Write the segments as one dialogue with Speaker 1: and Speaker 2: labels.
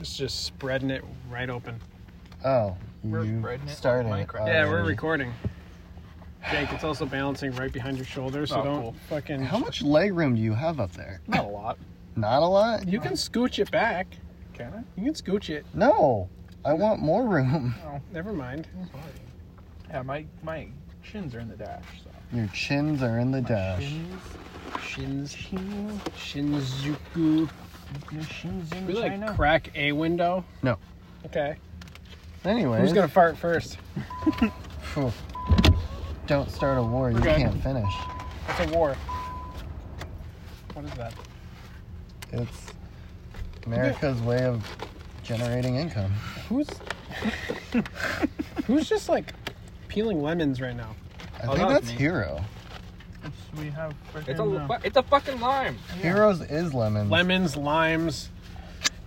Speaker 1: It's just spreading it right open.
Speaker 2: Oh,
Speaker 1: We're
Speaker 2: you
Speaker 3: spreading it
Speaker 2: started
Speaker 3: like
Speaker 2: it Oh,
Speaker 3: Minecraft.
Speaker 1: Yeah, we're
Speaker 2: already.
Speaker 1: recording. Jake, it's also balancing right behind your shoulder, so
Speaker 3: Oh,
Speaker 1: don't
Speaker 3: cool.
Speaker 1: fucking.
Speaker 2: How much leg room do you have up there?
Speaker 3: Not a lot.
Speaker 2: Not a lot.
Speaker 1: You can scooch it back.
Speaker 3: Can
Speaker 1: You can scooch it.
Speaker 2: No, I want more room.
Speaker 1: Never mind.
Speaker 3: I? Yeah, my my shins are in the dash. So.
Speaker 2: Your chins are in the dash.
Speaker 3: Shins,
Speaker 1: Shins, Shinjuku.
Speaker 3: your shins in
Speaker 1: We
Speaker 3: China.
Speaker 1: like crack a window.
Speaker 2: No.
Speaker 1: Okay.
Speaker 2: Anyway,
Speaker 1: Who's gonna fart first?
Speaker 2: don't start a war. You
Speaker 1: Okay.
Speaker 2: can't finish.
Speaker 1: It's a war. What is that?
Speaker 2: It's America's way of generating income.
Speaker 1: Who's who's just like peeling lemons right now?
Speaker 3: Oh,
Speaker 2: I think
Speaker 3: that was
Speaker 2: that's
Speaker 3: me.
Speaker 2: Hero.
Speaker 3: It's- we have.
Speaker 4: It's a
Speaker 3: frickin', uh,
Speaker 4: it's a fucking lime.
Speaker 2: Heroes is lemons.
Speaker 1: Lemons, limes,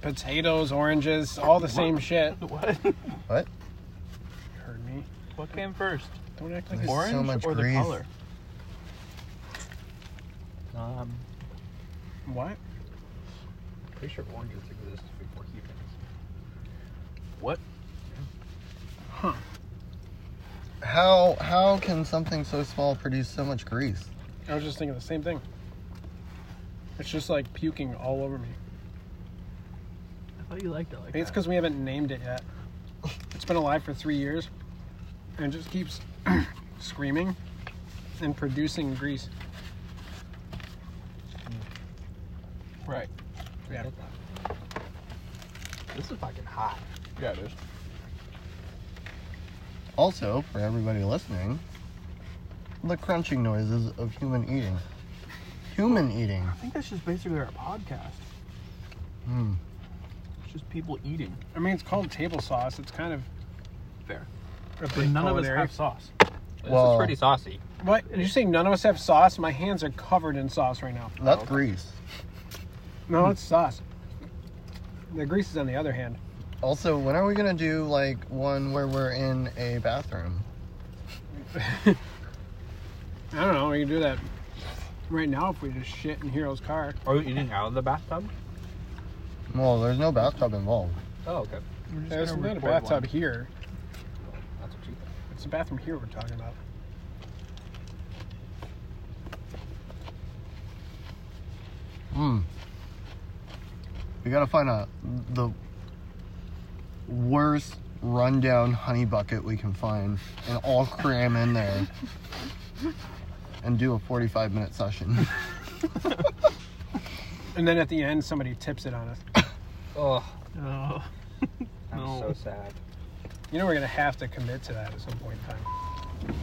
Speaker 1: potatoes, oranges, all the same shit.
Speaker 3: what?
Speaker 2: What?
Speaker 1: Heard me?
Speaker 3: What came first?
Speaker 1: Don't act like
Speaker 2: There's
Speaker 1: it's
Speaker 2: so
Speaker 3: Orange
Speaker 2: much
Speaker 3: or the
Speaker 2: grease.
Speaker 3: color? Um,
Speaker 1: what?
Speaker 4: Pretty sure oranges exist before humans.
Speaker 3: what?
Speaker 2: How how can something so small produce so much grease?
Speaker 1: I was just thinking the same thing. It's just like puking all over me.
Speaker 3: I thought you liked it
Speaker 1: I
Speaker 3: like
Speaker 1: think it's because we haven't named it yet. It's been alive for three years, and it just keeps screaming and producing grease.
Speaker 3: Right.
Speaker 1: Yeah.
Speaker 4: This is fucking hot.
Speaker 3: Yeah, it is.
Speaker 2: Also, for everybody listening, the crunching noises of human eating. Human eating.
Speaker 3: I think that's just basically our podcast.
Speaker 2: Hmm.
Speaker 3: It's just people eating.
Speaker 1: I mean, it's called table sauce. It's kind of
Speaker 3: Fair.
Speaker 1: A
Speaker 3: But
Speaker 1: bit
Speaker 3: none of us
Speaker 1: culinary.
Speaker 3: have sauce.
Speaker 4: This
Speaker 2: Well-
Speaker 4: is pretty saucy.
Speaker 1: What? Did you say none of us have sauce? My hands are covered in sauce right now.
Speaker 2: That's grease.
Speaker 1: No, it's sauce. The grease is on the other hand.
Speaker 2: Also, when are we gonna do like one where we're in a bathroom?
Speaker 1: I don't know. We can do that right now if we just shit in Hero's car.
Speaker 4: Are you eating out of the bathtub?
Speaker 2: Well, there's no bathtub involved.
Speaker 4: Oh, okay.
Speaker 3: We're just
Speaker 1: There's
Speaker 3: gonna
Speaker 1: not a
Speaker 3: record
Speaker 1: bathtub
Speaker 3: one.
Speaker 1: here.
Speaker 4: That's what you think.
Speaker 1: It's a bathroom here we're talking about.
Speaker 2: Hmm. We gotta find a the worst rundown honey bucket we can find and all cram in there and do a 45 minute session.
Speaker 1: And then at the end, somebody tips it on us.
Speaker 4: Oh,
Speaker 3: Oh.
Speaker 4: I'm
Speaker 3: No.
Speaker 4: so sad.
Speaker 1: You know we're gonna have to commit to that at some point in time.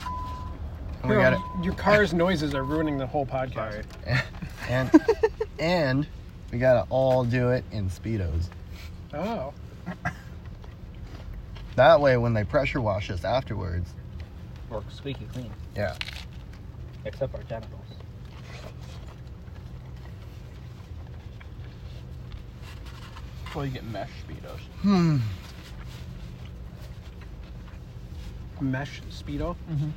Speaker 2: And we
Speaker 1: Hero,
Speaker 2: gotta
Speaker 1: Your car's noises are ruining the whole podcast.
Speaker 4: Sorry.
Speaker 2: and and we gotta all do it in speedos.
Speaker 1: Oh,
Speaker 2: That way, when they pressure wash us afterwards,
Speaker 4: We're squeaky clean,
Speaker 2: yeah,
Speaker 4: except our genitals.
Speaker 3: Well, you get mesh speedos.
Speaker 2: hmm,
Speaker 1: mesh speedo.
Speaker 3: Mhm.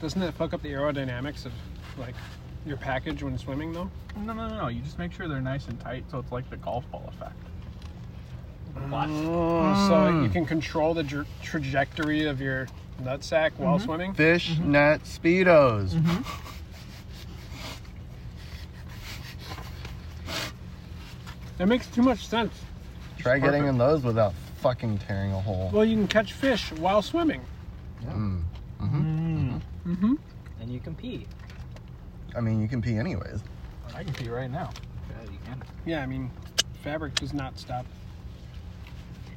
Speaker 1: Doesn't that fuck up the aerodynamics of like your package when swimming though?
Speaker 3: No, no, no, no. You just make sure they're nice and tight, so it's like the golf ball effect.
Speaker 1: Oh, so
Speaker 2: Mm.
Speaker 1: you can control the dr- trajectory of your nutsack while
Speaker 2: Mm-hmm.
Speaker 1: swimming.
Speaker 2: fish net speedos.
Speaker 1: That makes too much sense.
Speaker 2: Try
Speaker 3: It's
Speaker 2: getting
Speaker 3: perfect.
Speaker 2: in those without fucking tearing a hole.
Speaker 1: Well, you can catch fish while swimming.
Speaker 2: Mm.
Speaker 3: Mm.
Speaker 1: Mm-hmm.
Speaker 4: And you can pee.
Speaker 2: I mean, you can pee anyways.
Speaker 3: I can pee right now.
Speaker 4: Yeah, you can.
Speaker 1: Yeah, I mean, fabric does not stop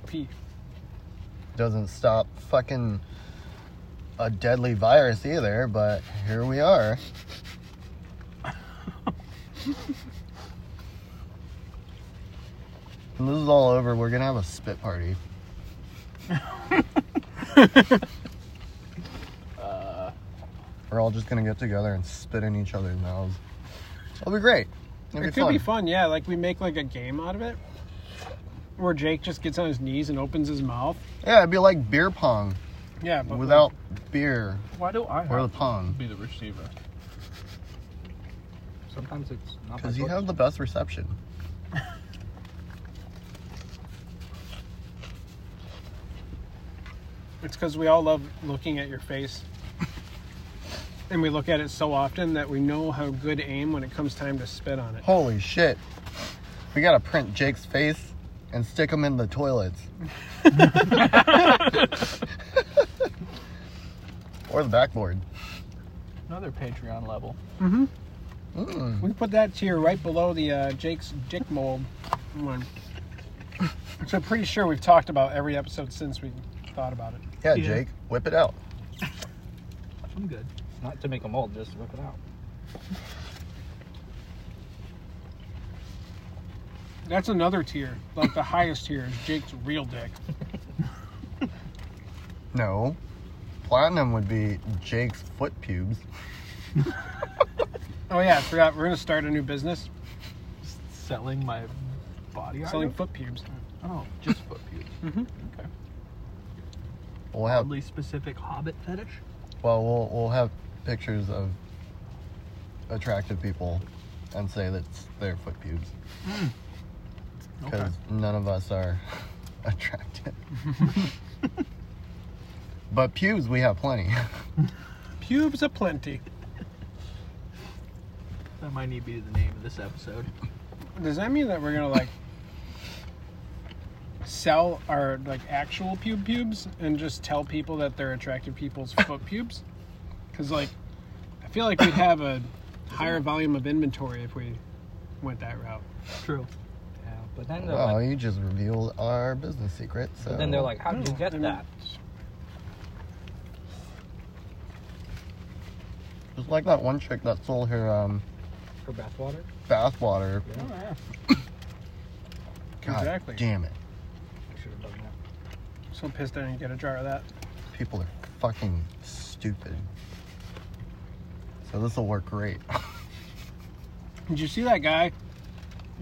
Speaker 1: pee.
Speaker 2: Doesn't stop fucking a deadly virus either. But here we are. When this is all over, we're gonna have a spit party.
Speaker 3: Uh,
Speaker 2: We're all just gonna get together and spit in each other's mouths. It'll be great. It'll
Speaker 1: it could be fun, yeah. Like we make like a game out of it, where Jake just gets on his knees and opens his mouth.
Speaker 2: Yeah, it'd be like beer pong
Speaker 1: Yeah, but
Speaker 2: without beer
Speaker 3: why do I
Speaker 2: or the
Speaker 3: have to
Speaker 2: pong.
Speaker 3: be the receiver?
Speaker 4: Sometimes it's not. my
Speaker 2: Because you
Speaker 4: choice.
Speaker 2: have the best reception.
Speaker 1: It's because we all love looking at your face. And we look at it so often that we know how good aim when it comes time to spit on it.
Speaker 2: Holy shit. We gotta print Jake's face and stick him in the toilets. or the backboard.
Speaker 3: Another Patreon level.
Speaker 1: Mm-hmm.
Speaker 2: Mm.
Speaker 1: We put that tier right below the uh, Jake's dick mold one. So I'm pretty sure we've talked about every episode since we thought about it.
Speaker 2: Yeah,
Speaker 3: Yeah.
Speaker 2: Jake, whip it out.
Speaker 3: I'm good.
Speaker 4: Not to make a mold, just whip it out.
Speaker 1: That's another tier. Like the highest tier is Jake's real dick.
Speaker 2: No. Platinum would be Jake's foot pubes.
Speaker 1: Oh yeah, I forgot. We're gonna start a new business
Speaker 3: Just selling my body
Speaker 1: selling
Speaker 3: art?
Speaker 1: foot pubes.
Speaker 3: Oh, just foot pubes.
Speaker 4: Mm-hmm.
Speaker 1: Mhm.
Speaker 3: Okay.
Speaker 2: We'll have
Speaker 3: Oddly specific hobbit fetish.
Speaker 2: well we'll we'll have pictures of attractive people and say that's their foot pubes.
Speaker 3: Okay.
Speaker 2: because none of us are attractive. but pubes, we have plenty.
Speaker 1: Pubes aplenty.
Speaker 3: That might need to be the name of this episode.
Speaker 1: Does that mean that we're gonna like sell our like actual pube pubes and just tell people that they're attractive people's foot pubes? Because like, I feel like we'd have a higher volume of inventory if we went that route.
Speaker 3: True.
Speaker 4: Yeah, but then they're
Speaker 2: Oh,
Speaker 4: like,
Speaker 2: you just revealed our business secret. So
Speaker 4: but then they're like, how did you
Speaker 1: No, I
Speaker 4: get
Speaker 1: mean-
Speaker 4: that?
Speaker 2: just like that one chick that sold her um,
Speaker 4: For bathwater?
Speaker 2: bathwater.
Speaker 4: Yeah,
Speaker 2: God
Speaker 1: oh, Exactly.
Speaker 2: damn it,
Speaker 4: I should have done that.
Speaker 1: So pissed I didn't get a jar of that.
Speaker 2: people are fucking stupid. So this will work great.
Speaker 1: Did you see that guy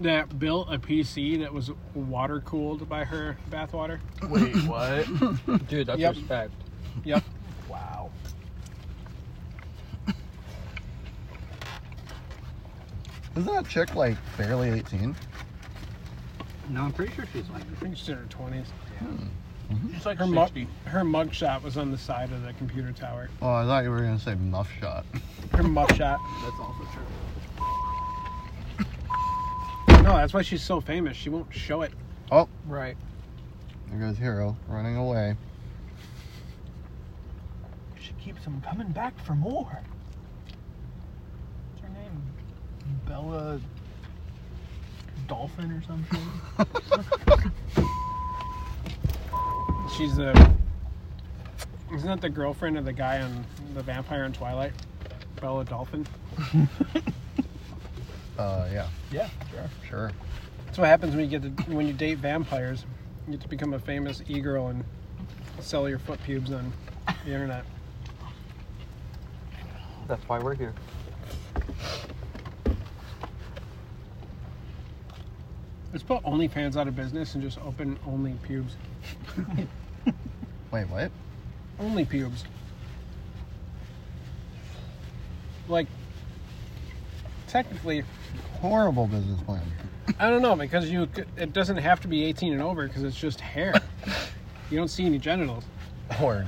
Speaker 1: that built a PC that was water cooled by her bathwater?
Speaker 3: Wait, what?
Speaker 4: Dude, that's
Speaker 1: Yep.
Speaker 4: respect.
Speaker 1: Yep.
Speaker 3: wow.
Speaker 2: Isn't that chick like barely 18?
Speaker 3: No, I'm pretty sure she's like
Speaker 1: I think she's in her twenties.
Speaker 3: she's like
Speaker 1: Her mug,
Speaker 3: 60.
Speaker 1: her mug shot was on the side of the computer tower.
Speaker 2: Oh, I thought you were gonna say muff shot.
Speaker 1: Her mug shot.
Speaker 3: That's also true.
Speaker 1: No, that's why she's so famous. She won't show it.
Speaker 3: Right.
Speaker 2: There goes Hero running away.
Speaker 3: She keeps them coming back for more. What's her name? Bella Dolphin or something?
Speaker 1: She's the. Isn't that the girlfriend of the guy on the vampire in Twilight? Bella Dolphin.
Speaker 2: Uh, yeah,
Speaker 3: yeah, sure.
Speaker 2: sure.
Speaker 1: That's what happens when you get to, when you date vampires. You get to become a famous e-girl and sell your foot pubes on the internet.
Speaker 4: That's why we're here.
Speaker 1: Let's put OnlyFans out of business and just open only pubes.
Speaker 2: Wait, what?
Speaker 1: Only pubes. Like, technically,
Speaker 2: Horrible business plan.
Speaker 1: I don't know because you. c- It doesn't have to be 18 and over because it's just hair. you don't see any genitals.
Speaker 2: Or,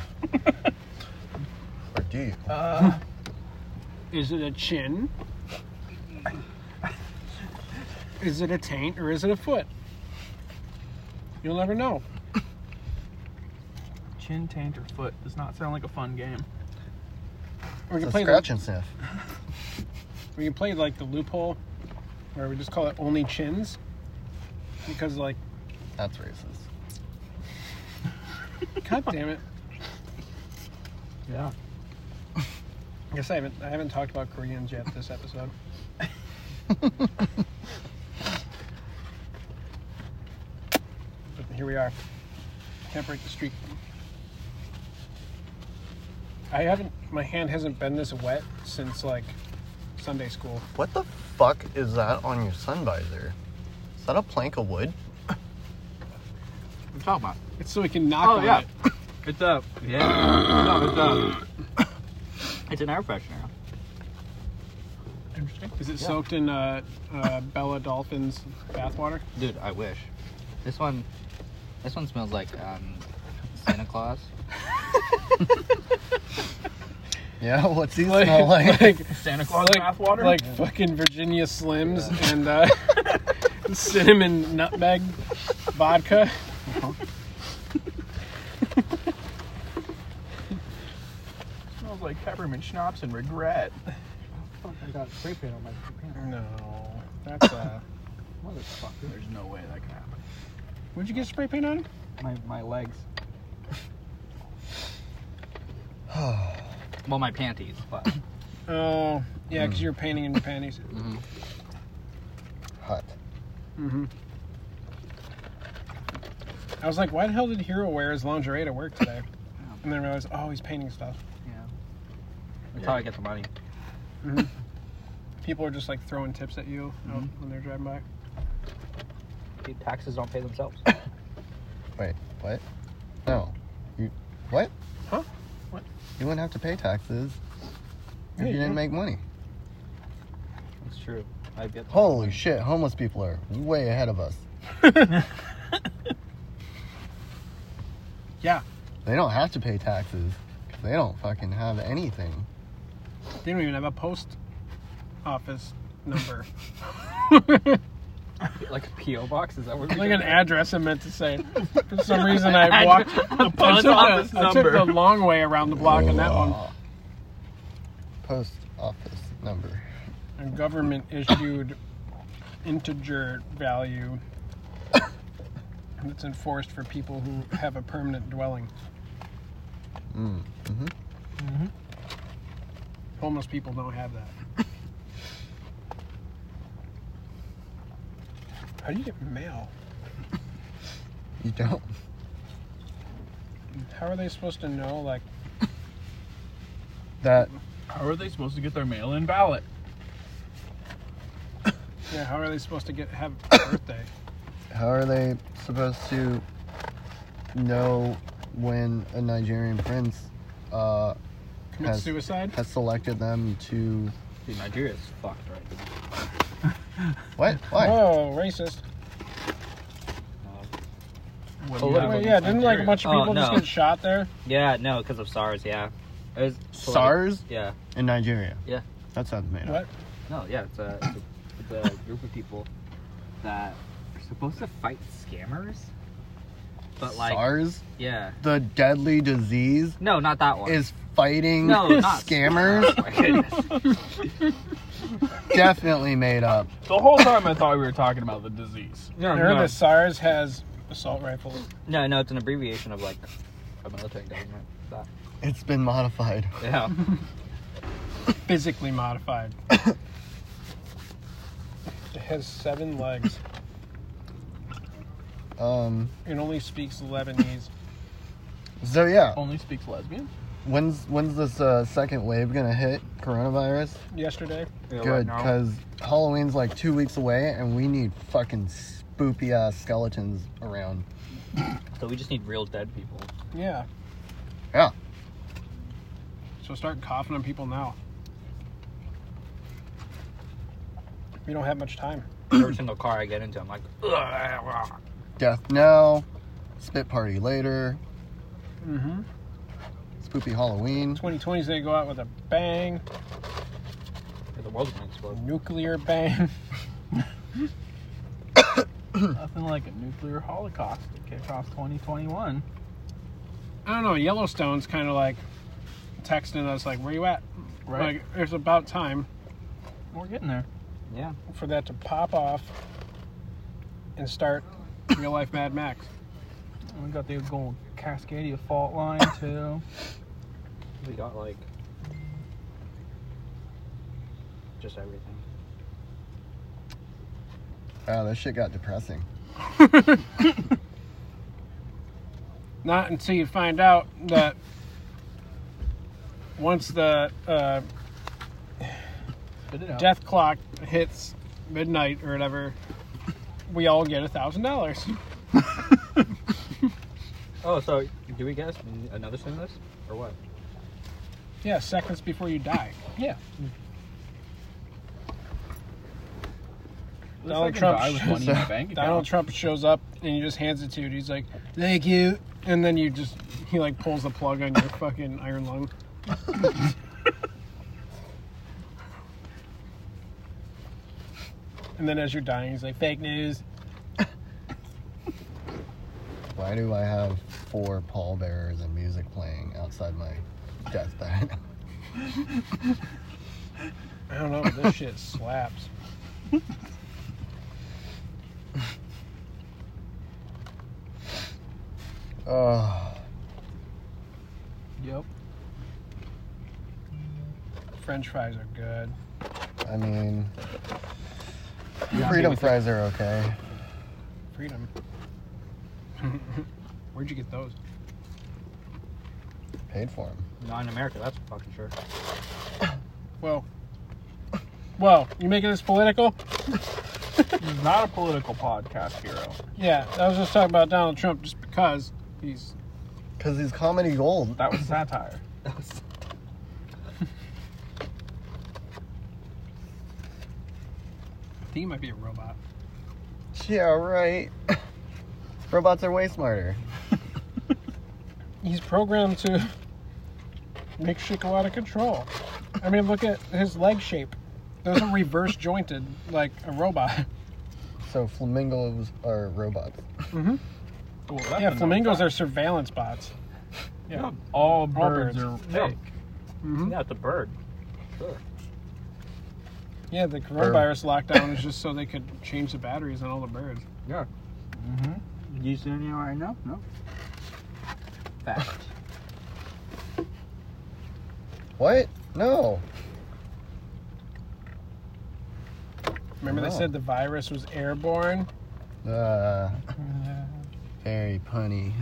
Speaker 2: or do you?
Speaker 3: Uh,
Speaker 1: Is it a chin? is it a taint or is it a foot? You'll never know.
Speaker 3: chin, taint, or foot does not sound like a fun game.
Speaker 1: We
Speaker 2: It's
Speaker 1: can
Speaker 2: a
Speaker 1: play.
Speaker 2: scratch and sniff.
Speaker 1: We can play like the loophole, where we just call it only chins, because like,
Speaker 2: That's racist.
Speaker 1: god damn it.
Speaker 4: Yeah.
Speaker 1: I guess I haven't I haven't talked about Koreans yet this episode. but here we are. Can't break the streak. I haven't my hand hasn't been this wet since like Sunday school.
Speaker 2: What the fuck is that on your sun visor? Is that a plank of wood?
Speaker 3: I'm talking about.
Speaker 1: It's so we can knock
Speaker 4: Oh,
Speaker 1: on
Speaker 4: yeah.
Speaker 1: it.
Speaker 4: It's a yeah. no, it's a it's an air freshener.
Speaker 3: Interesting.
Speaker 1: Is it soaked in uh, uh, Bella Dolphin's bathwater?
Speaker 4: Dude, I wish. This one, this one smells like um, Santa Claus.
Speaker 2: Yeah, what's he
Speaker 1: Like-
Speaker 2: smell like?
Speaker 1: like
Speaker 3: Santa Claus
Speaker 1: like,
Speaker 3: bathwater?
Speaker 1: like fucking Virginia Slims and uh, cinnamon nutmeg vodka.
Speaker 3: smells like peppermint schnapps and regret.
Speaker 4: Fuck, I got spray paint on my pants.
Speaker 1: No, that's uh.
Speaker 4: Motherfucker.
Speaker 3: There's no way that can happen.
Speaker 1: Would you get spray paint on?
Speaker 4: My, my legs. well, my panties, but.
Speaker 1: Oh, yeah, because you're painting in your panties.
Speaker 2: Hot.
Speaker 1: Mm-hmm. I was like, why the hell did Hero wear his lingerie to work today? And then I realized, oh, he's painting stuff.
Speaker 4: Yeah. That's how I get the money.
Speaker 1: People are just like throwing tips at you out when they're driving by.
Speaker 4: Dude, taxes don't pay themselves.
Speaker 2: Wait, what? No. You what?
Speaker 1: Huh? What?
Speaker 2: You wouldn't have to pay taxes if
Speaker 1: Yeah,
Speaker 2: you
Speaker 1: you
Speaker 2: didn't
Speaker 1: do.
Speaker 2: make money.
Speaker 4: That's true. I get
Speaker 2: Holy shit, homeless people are way ahead of us.
Speaker 1: Yeah.
Speaker 2: They don't have to pay taxes 'cause they don't fucking have anything.
Speaker 1: They don't even have a post office number.
Speaker 4: like a PO box. Is that what?
Speaker 1: like an address I meant to say. For some reason, I walked.
Speaker 4: a
Speaker 1: I
Speaker 4: post
Speaker 1: took,
Speaker 4: office
Speaker 1: the, I took the
Speaker 4: number.
Speaker 1: long way around the block on that one.
Speaker 2: Uh, Post office number.
Speaker 1: A government issued integer value that's enforced for people who have a permanent dwelling.
Speaker 2: Mm. hmm
Speaker 1: Homeless people don't have that. How do you get mail?
Speaker 2: You don't.
Speaker 1: How are they supposed to know? Like,
Speaker 2: That
Speaker 3: How are they supposed to get their mail-in ballot?
Speaker 1: yeah, how are they supposed to get have a birthday?
Speaker 2: how are they supposed to know when a Nigerian prince uh,
Speaker 1: Commit
Speaker 2: Has-
Speaker 1: suicide?
Speaker 2: has selected them to
Speaker 4: Dude, Nigeria's fucked right now.
Speaker 2: what? What?
Speaker 1: Oh, racist.
Speaker 3: What do
Speaker 4: Oh,
Speaker 3: you
Speaker 4: look,
Speaker 3: have
Speaker 1: Wait,
Speaker 3: on
Speaker 1: yeah,
Speaker 3: these
Speaker 1: didn't like a
Speaker 3: Nigerians?
Speaker 1: bunch of
Speaker 4: Oh,
Speaker 1: people just
Speaker 4: no.
Speaker 1: get shot there?
Speaker 4: Yeah, no, because of SARS. Yeah. It was
Speaker 2: SARS
Speaker 4: Yeah.
Speaker 2: in Nigeria.
Speaker 4: Yeah.
Speaker 2: That sounds made up.
Speaker 1: What?
Speaker 4: No, yeah, it's a, it's a, it's a group of people that are supposed to fight scammers, but like,
Speaker 2: SARS,
Speaker 4: yeah,
Speaker 2: the deadly disease,
Speaker 4: no, not that one.
Speaker 2: is fighting
Speaker 4: no, not
Speaker 2: scammers.
Speaker 4: Oh my goodness.
Speaker 2: Definitely made up.
Speaker 3: The whole time I thought we were talking about the disease.
Speaker 4: Oh, no,
Speaker 1: Remember
Speaker 4: no,
Speaker 1: the SARS has assault rifles.
Speaker 4: no, no, it's an abbreviation of like a military government. That.
Speaker 2: It's been modified.
Speaker 4: Yeah,
Speaker 1: physically modified. it has seven legs
Speaker 2: Um.
Speaker 1: It only speaks Lebanese.
Speaker 2: So yeah,
Speaker 3: Only speaks lesbian.
Speaker 2: when's when's this uh, second wave gonna hit? Coronavirus.
Speaker 1: Yesterday,
Speaker 4: Yeah,
Speaker 2: Good,
Speaker 4: right now.
Speaker 2: because Halloween's like two weeks away, and we need fucking spoopy ass skeletons around.
Speaker 4: So we just need real dead people.
Speaker 1: yeah.
Speaker 2: Yeah.
Speaker 1: So start coughing on people now. We don't have much time.
Speaker 4: Every single car I get into, I'm like, "Ugh."
Speaker 2: Death now. Spit party later.
Speaker 1: Mm-hmm.
Speaker 2: Spoopy Halloween.
Speaker 1: 2020's gonna go out with a bang,
Speaker 4: the world's gonna
Speaker 1: a
Speaker 4: explode.
Speaker 1: nuclear bang.
Speaker 3: Nothing like a nuclear holocaust to kick off 2021.
Speaker 1: I don't know. Yellowstone's kind of like texting us like, "Where you at?"
Speaker 3: Right.
Speaker 1: Like, it's about time
Speaker 3: We're getting there.
Speaker 4: Yeah,
Speaker 1: for that to pop off and start real life Mad Max.
Speaker 3: We got the old Cascadia fault line too.
Speaker 4: we got like just everything.
Speaker 2: Wow, Ah, that shit got depressing.
Speaker 1: Not until you find out that once the uh,
Speaker 3: Spit it out.
Speaker 1: death clock hits midnight or whatever, we all get a thousand dollars.
Speaker 4: Oh, so do we guess another stimulus or what?
Speaker 1: Yeah, seconds before you die.
Speaker 3: Yeah.
Speaker 1: Donald
Speaker 4: Looks like a
Speaker 1: Trump
Speaker 4: guy with
Speaker 1: shows
Speaker 4: money in
Speaker 2: up.
Speaker 4: the bank account.
Speaker 1: Donald Trump shows up and he just hands it to you. and He's like, "Thank you," and then you just he like pulls the plug on your fucking iron lung. and then as you're dying, he's like, "Fake news."
Speaker 2: Why do I have four pallbearers and music playing outside my death bed?
Speaker 1: I don't know, but this shit slaps.
Speaker 2: Oh,
Speaker 1: Yep. French fries are good.
Speaker 2: I mean,
Speaker 4: Yeah,
Speaker 2: freedom
Speaker 4: with the-
Speaker 2: fries are okay.
Speaker 1: Freedom. Where'd you get those?
Speaker 2: Paid for them.
Speaker 4: Not in America, that's for fucking sure.
Speaker 1: Well, well, you making this political?
Speaker 3: This is not a political podcast, hero.
Speaker 1: Yeah, I was just talking about Donald Trump just because he's
Speaker 2: Because he's comedy gold.
Speaker 3: That was satire.
Speaker 1: I think he might be a robot.
Speaker 2: Yeah, right. Robots are way smarter.
Speaker 1: He's programmed to make shit go out of control. I mean, look at his leg shape. Those are reverse jointed like a robot.
Speaker 2: So flamingos are robots.
Speaker 3: Well, that's
Speaker 1: Yeah,
Speaker 3: a
Speaker 1: flamingos
Speaker 3: no-brainer.
Speaker 1: are surveillance bots.
Speaker 3: Yeah. All birds
Speaker 1: birds.
Speaker 3: are
Speaker 4: Yeah.
Speaker 3: fake.
Speaker 1: Mm-hmm.
Speaker 4: Yeah, it's a bird. Sure.
Speaker 1: Yeah, the coronavirus lockdown was just so they could change the batteries on all the birds.
Speaker 4: Yeah.
Speaker 3: Mm-hmm.
Speaker 4: You see anyone I know? No. Fact.
Speaker 2: What? No.
Speaker 1: Remember they
Speaker 2: Wow.
Speaker 1: said the virus was airborne?
Speaker 2: Uh, very punny.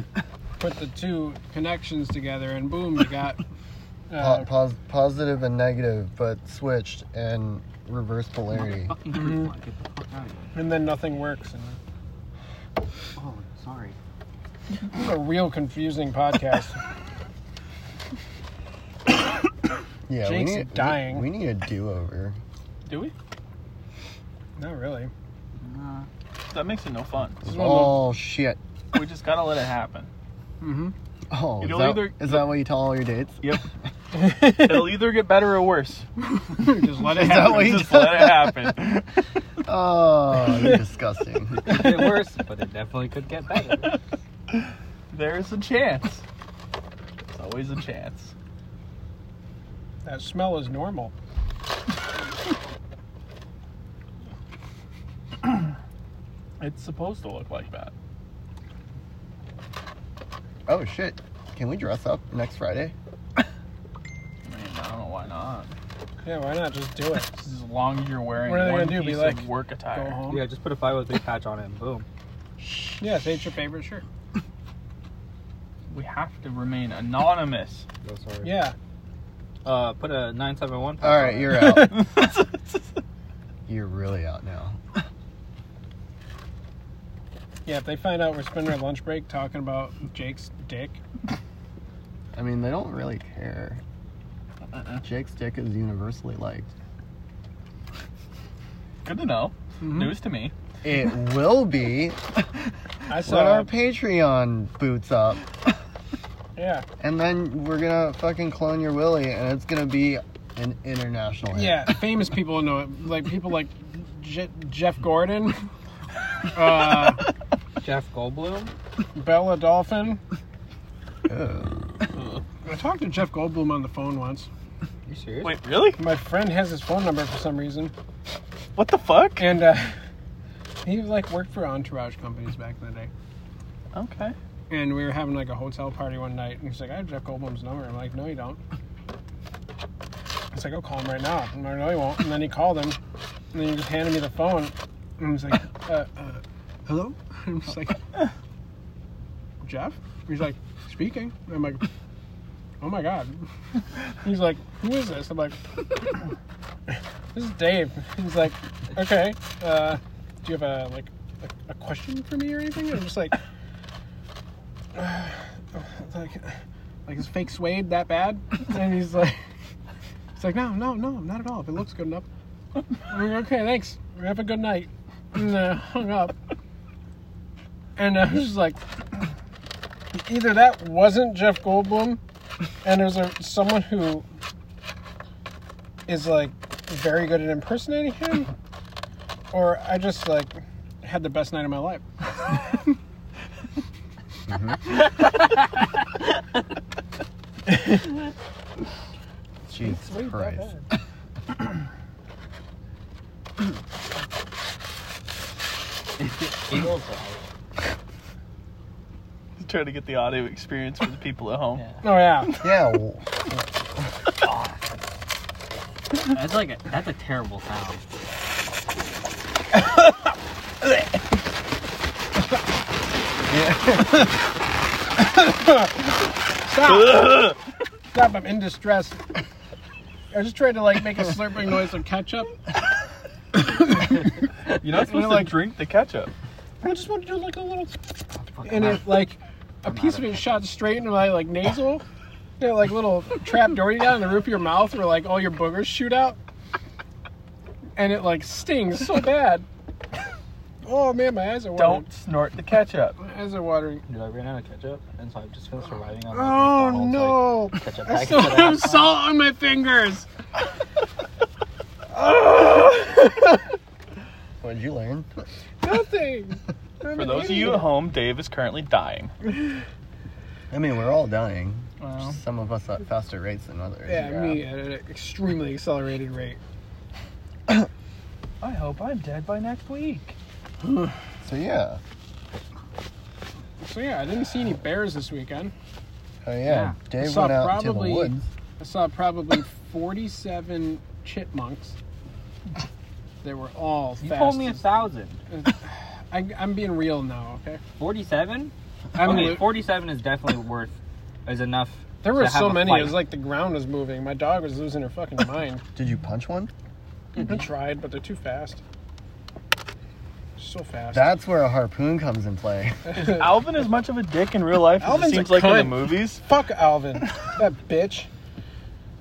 Speaker 1: Put the two connections together and boom, you got
Speaker 2: Po-
Speaker 1: uh,
Speaker 2: pos- positive and negative, but switched and reverse polarity.
Speaker 4: Fucking fruit
Speaker 1: Mhm.
Speaker 4: fly. Get the fuck out of here.
Speaker 1: and then nothing works. And
Speaker 4: Oh, sorry.
Speaker 1: This is a real confusing podcast.
Speaker 2: Yeah,
Speaker 1: Jake's
Speaker 2: we need
Speaker 1: dying.
Speaker 2: We, we need a do-over.
Speaker 1: Do we? Not really.
Speaker 4: Nah.
Speaker 3: That makes it no fun.
Speaker 1: This is one of those-
Speaker 2: Oh shit.
Speaker 3: We just gotta let it happen.
Speaker 1: Mhm.
Speaker 2: Oh, is
Speaker 3: It'll
Speaker 2: that,
Speaker 3: either-
Speaker 2: is that what you tell all your dates?
Speaker 3: Yep. It'll either get better or worse.
Speaker 1: Just let it
Speaker 2: Is that
Speaker 1: happen.
Speaker 2: what he
Speaker 3: just let it happen.
Speaker 2: Oh, you're disgusting.
Speaker 4: Could get worse, but it definitely could get better.
Speaker 3: There's a chance. There's always a chance.
Speaker 1: That smell is normal.
Speaker 3: It's supposed to look like that.
Speaker 2: Oh shit. Can we dress up next Friday?
Speaker 3: I mean, I don't know why not.
Speaker 1: Yeah, why not just do it?
Speaker 3: As long as you're wearing
Speaker 1: What are they
Speaker 3: one
Speaker 1: gonna do, be
Speaker 3: piece
Speaker 1: like,
Speaker 3: of work
Speaker 1: Go
Speaker 3: attire.
Speaker 1: home.
Speaker 4: yeah, just put a 503 patch on it and boom.
Speaker 1: Yeah, it's your favorite shirt.
Speaker 3: We have to remain anonymous.
Speaker 4: No, sorry.
Speaker 1: Yeah.
Speaker 4: Uh, put a 971
Speaker 1: Uh-uh.
Speaker 4: patch
Speaker 2: All right,
Speaker 4: on
Speaker 2: you're
Speaker 4: it.
Speaker 2: out. You're really out now.
Speaker 1: Yeah, if they find out we're spending our lunch break talking about Jake's dick,
Speaker 2: I mean, they don't really care.
Speaker 3: Uh-uh.
Speaker 2: Jake's dick is universally liked.
Speaker 3: Good to know.
Speaker 4: Mm-hmm.
Speaker 3: News to me.
Speaker 2: It will be
Speaker 1: I
Speaker 2: when
Speaker 1: saw.
Speaker 2: our Patreon boots up.
Speaker 1: Yeah,
Speaker 2: And then we're gonna fucking clone your Willy, and it's gonna be an international hit.
Speaker 1: yeah. Famous people know it. Like people like Je- Jeff Gordon, uh,
Speaker 4: Jeff Goldblum?
Speaker 1: Bella Dolphin.
Speaker 2: Ugh.
Speaker 1: I talked to Jeff Goldblum on the phone once.
Speaker 4: You serious?
Speaker 3: Wait, really?
Speaker 1: My friend has his phone number for some reason.
Speaker 3: What the fuck?
Speaker 1: and uh, he like worked for entourage companies back in the day.
Speaker 3: Okay.
Speaker 1: And we were having like a hotel party one night, and he's like, "I have Jeff Goldblum's number." I'm like, "No, you don't." It's like, "I'll call him right now." I'm like, "No, he won't." And then he called him, and then he just handed me the phone, and he's like, uh, uh, "Hello?" I'm just like, "Jeff?" He's like, "Speaking." And I'm like, "Oh my god." He's like, "Who is this?" I'm like, "This is Dave." He's like, "Okay, uh, do you have a like a, a question for me or anything?" I'm just like like, like is fake suede that bad? And he's like, he's like, no, no, no, not at all. If it looks good enough. I'm like, okay, thanks. Have a good night. and then I hung up. And I was just like, either that wasn't Jeff Goldblum, and it was a, someone who is like very good at impersonating him, or I just like had the best night of my life.
Speaker 2: Jesus Christ.
Speaker 4: Eagles are
Speaker 3: Try to get the audio experience for the people at home.
Speaker 4: Yeah.
Speaker 1: Oh yeah,
Speaker 2: Yeah, well,
Speaker 4: That's like a, that's a terrible sound.
Speaker 1: stop! stop! I'm in distress. I just tried to like make a slurping noise of ketchup.
Speaker 3: You're not supposed to like, drink the ketchup.
Speaker 1: I just want to do like a little, and it like a piece of it shot straight into my like nasal. They had, like little trap door you got in the roof of your mouth where like all your boogers shoot out, and it like stings so bad. Oh man, my eyes are watering.
Speaker 3: Don't snort the ketchup.
Speaker 1: My eyes are watering.
Speaker 4: Dude, I ran out of ketchup, and so I've just been surviving on
Speaker 1: Oh
Speaker 4: like, McDonald's,
Speaker 1: no!
Speaker 4: Like,
Speaker 1: I
Speaker 4: ketchup packets
Speaker 1: still
Speaker 4: that I
Speaker 1: have salt on my fingers.
Speaker 4: Ah!
Speaker 2: what did you learn?
Speaker 1: Nothing. I'm
Speaker 3: For
Speaker 1: an
Speaker 3: those of you
Speaker 1: idiot.
Speaker 3: at home, Dave is currently dying.
Speaker 2: I mean, we're all dying.
Speaker 3: Wow.
Speaker 2: Some of us at faster rates than others.
Speaker 1: yeah, me at an extremely accelerated rate.
Speaker 3: I hope I'm dead by next week.
Speaker 2: So yeah,
Speaker 1: So yeah, I didn't see any bears this weekend.
Speaker 2: oh
Speaker 4: Yeah.
Speaker 2: yeah, Dave
Speaker 1: So
Speaker 2: went out
Speaker 1: probably-
Speaker 2: to the woods.
Speaker 1: I saw probably 47 chipmunks. They were all
Speaker 4: You
Speaker 1: fast.
Speaker 4: told me a
Speaker 1: as-
Speaker 4: thousand.
Speaker 1: I, I'm being real now, okay?
Speaker 4: Forty-seven.
Speaker 1: I'm
Speaker 4: okay,
Speaker 1: li-
Speaker 4: forty-seven is definitely worth is enough.
Speaker 1: there were
Speaker 4: to have
Speaker 1: so
Speaker 4: a
Speaker 1: many.
Speaker 4: fight.
Speaker 1: It was like the ground was moving. My dog was losing her fucking mind.
Speaker 2: Did you punch one?
Speaker 1: I tried, but they're too fast. So fast.
Speaker 2: That's where a harpoon comes in play.
Speaker 3: Is Alvin as much of a dick in real life as it
Speaker 1: Alvin's a
Speaker 3: seems like in the
Speaker 1: cunt.
Speaker 3: movies?
Speaker 1: Fuck Alvin. that bitch.